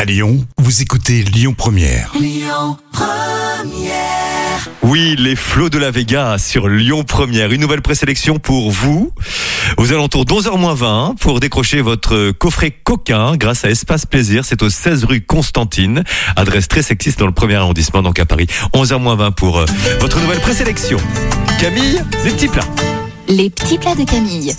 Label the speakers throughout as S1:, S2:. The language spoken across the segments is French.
S1: À Lyon, vous écoutez Lyon Première.
S2: Oui, les flots de la Vega sur Lyon Première. Une nouvelle présélection pour vous. Aux alentours 11h20 pour décrocher votre coffret coquin grâce à Espace Plaisir. C'est au 16 rue Constantine, adresse très sexiste dans le premier arrondissement, donc à Paris. 11h20 pour euh, votre nouvelle présélection. Camille, les petits plats.
S3: Les petits plats de Camille.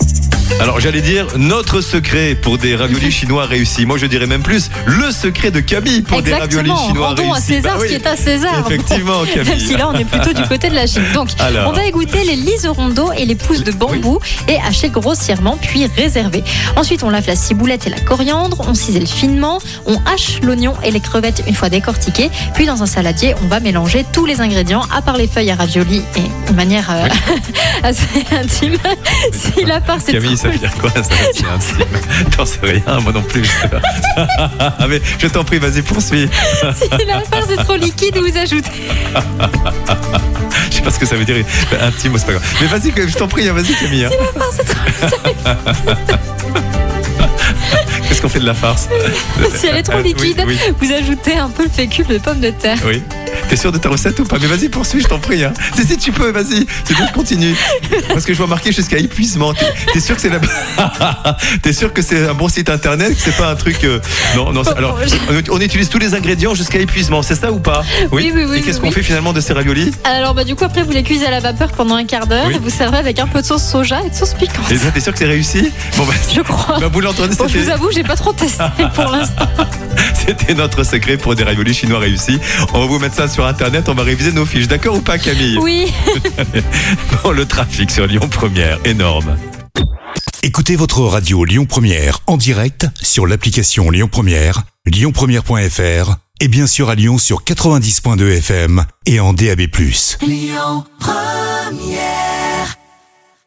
S2: Alors j'allais dire notre secret pour des raviolis chinois réussis. Moi je dirais même plus le secret de Camille pour des raviolis
S3: Exactement.
S2: chinois
S3: Rendons à
S2: réussis.
S3: César
S2: Bah
S3: ce
S2: oui,
S3: qui est à César.
S2: Effectivement, Camille.
S3: Même si là, on est plutôt du côté de la Chine. Donc,
S2: Alors.
S3: on va égoutter les liserons d'eau et les pousses de bambou et hacher grossièrement, puis réserver. Ensuite, on lave la ciboulette et la coriandre, on cisèle finement, on hache l'oignon et les crevettes une fois décortiquées. Puis, dans un saladier, on va mélanger tous les ingrédients, à part les feuilles à ravioli et de manière euh, assez intime. si la part, c'est
S2: Camille,
S3: trop-
S2: ça veut dire quoi ça C'est intime. T'en sais rien, moi non plus. Ah, mais je t'en prie, vas-y, poursuis.
S3: si la part, c'est trop liquide, vous ajoutez.
S2: Je sais pas ce que ça veut dire. Bah, Intime, c'est pas grave. Mais vas-y, je t'en prie, hein, vas-y, Camille. hein. Qu'est-ce qu'on fait de la farce
S3: Si elle est trop
S2: Euh, oui,
S3: liquide,
S2: oui.
S3: vous ajoutez un peu le fécule de pommes de terre.
S2: Oui. T'es sûr de ta recette ou pas Mais vas-y, poursuis, je t'en prie. hein. Si, si, tu peux, vas-y. Tu peux, je continue. Parce que je vois marquer jusqu'à épuisement. T'es t'es sûr que c'est la... T'es sûr que c'est un bon site internet, que c'est pas un truc. euh, Non, non. c'est-
S3: Oh,
S2: Alors, on on utilise tous les ingrédients jusqu'à épuisement, c'est ça ou pas
S3: Oui, oui, oui,
S2: Et qu'est-ce
S3: oui,
S2: qu'on
S3: oui.
S2: fait finalement de ces raviolis
S3: Alors bah du coup après vous les cuisez à la vapeur pendant un quart d'heure
S2: Oui.
S3: et vous servez avec un peu de sauce soja et de sauce piquante.
S2: Et ça, t'es sûr que c'est réussi Bon, bah,
S3: Je crois.
S2: bah, vous l'entendez,
S3: Bon, je vous
S2: c'était-
S3: avoue, j'ai pas trop testé pour l'instant.
S2: c'était notre secret pour des raviolis chinois réussis. On va vous mettre ça sur internet, on va réviser nos fiches, d'accord ou pas, Camille
S3: Oui.
S2: Bon, le trafic sur Lyon Première, énorme.
S1: Écoutez votre radio Lyon Première en direct sur l'application Lyon Première, lyonpremière.fr et bien sûr à Lyon sur 90.2 FM et en DAB+.